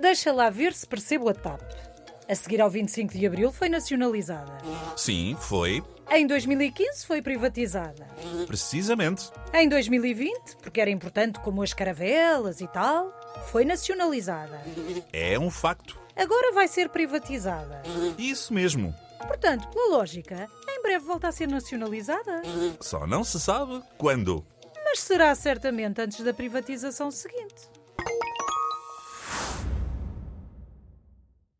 Deixa lá ver se percebo a TAP. A seguir ao 25 de abril foi nacionalizada. Sim, foi. Em 2015 foi privatizada. Precisamente. Em 2020, porque era importante como as caravelas e tal, foi nacionalizada. É um facto. Agora vai ser privatizada. Isso mesmo. Portanto, pela lógica, em breve volta a ser nacionalizada. Só não se sabe quando. Mas será certamente antes da privatização seguinte.